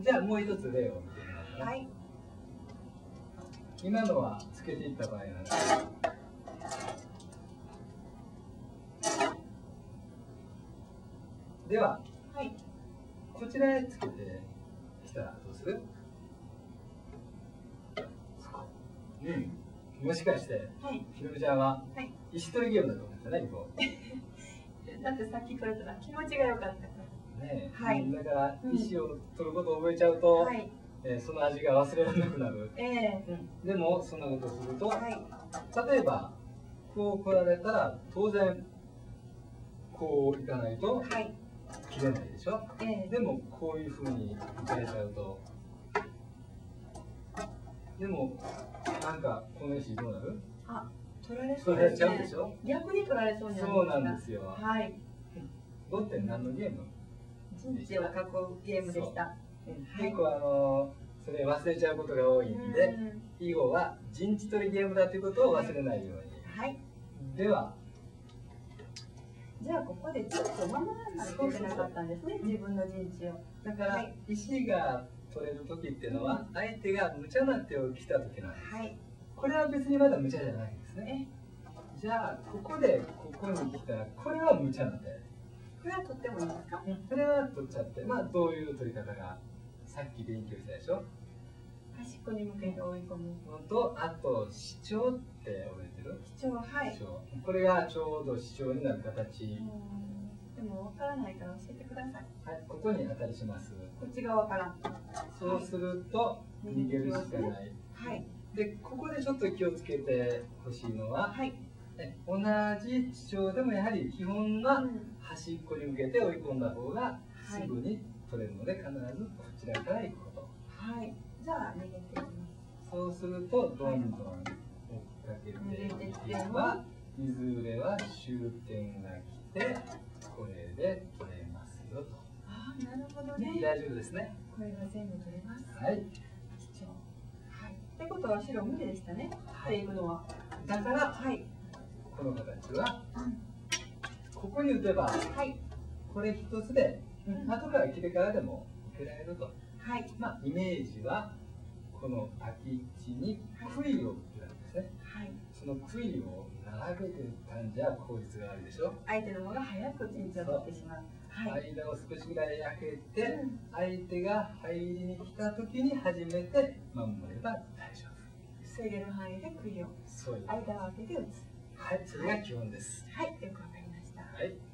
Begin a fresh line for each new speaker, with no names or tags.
じゃあもう一つ例を見てみますね、
はい。
今のはつけていった場合なんですでは
はい。
こちらへつけてきたらどうするうんもしかして
はい。
ひろみちゃんは
はい
石取りゲームだと思ってたねこ
だってさっき取れたら気持ちが良かったか
うねえ、
はい
だから
うん
石を取ることを覚えちゃう
ら。
と、
はい。
えーその味が忘れられなくなる、
ええ
でもそんなことすると、
はい。
例えばこう来られたら当然こういかないと
はい。
切れないでしょ
ええ
でもこういうふうにいかれちゃうとでもなんかこの石どうなる
取られそ
そうれ
で
やっち
す
ゃうで
ね
し。ょ
逆に取られそうになる
そうなんです
が
よ
はい。
5って何のゲーム
陣地を囲うゲームでした。はい
結構あのそれ忘れちゃうことが多いんで
うん
以後は陣地取りゲームだということを忘れないように
はい。
では
じゃあここでちょっと守らないといけなかったんですね。自分の陣地を。
だか
は
ら
い
石が取れる時っていうのは相手が無茶な手を来た時なんです
はい。
これは別にまだ無茶じゃないんですね
え、
じゃあここでここに来たらこれは無茶な手
これは取ってもいいですか？
これは取っちゃってまあどういう取り方がさっき勉強したでしょ
端っこに向けて追い込む。
ほんとあと主張って覚えてる
貴重はい。
主張これがちょうど主張になる形、
うんでもわからないから教えてください。
はい、ここに当たりします
こっち側から。
そうすると逃げるしかない
はい。
でここでちょっと気をつけてほしいのは
はい。
ね同じ主張でもやはり基本
う
は
ん
端っこに向けて追い込んだ方が
は
す
い
ぐに取れるので必ずこちらから行くこと
はい。じゃあ逃げていきます。
そうするとどんどん追っかけていけばいずれは終点が来てこれで取れますよと
ああ、なるほど
大
ね。
丈夫ですね
これが全部取れます。
はい、
貴重。はい。ってことは白無理でしたね。
は
取って
い、
いくのは。
だから
はい。
この形は
うん
ここに打てば
はい。
これ一つで
うん
後から切れからでも受けられると
はい。
まあイメージはこの空き地に杭を打ってたんですね
はい。
その杭を並べてたんじゃ効率が悪いでしょ、
相手の方が早く陣地を取ってしまう。はい。
間を少しぐらい開けて
うん
相手が入りに来た時に初めて守れば大丈夫
防げる範囲で杭を
そういう
間を空けて打つ。
はいそれが基本です
はい。よくわかりました。
はい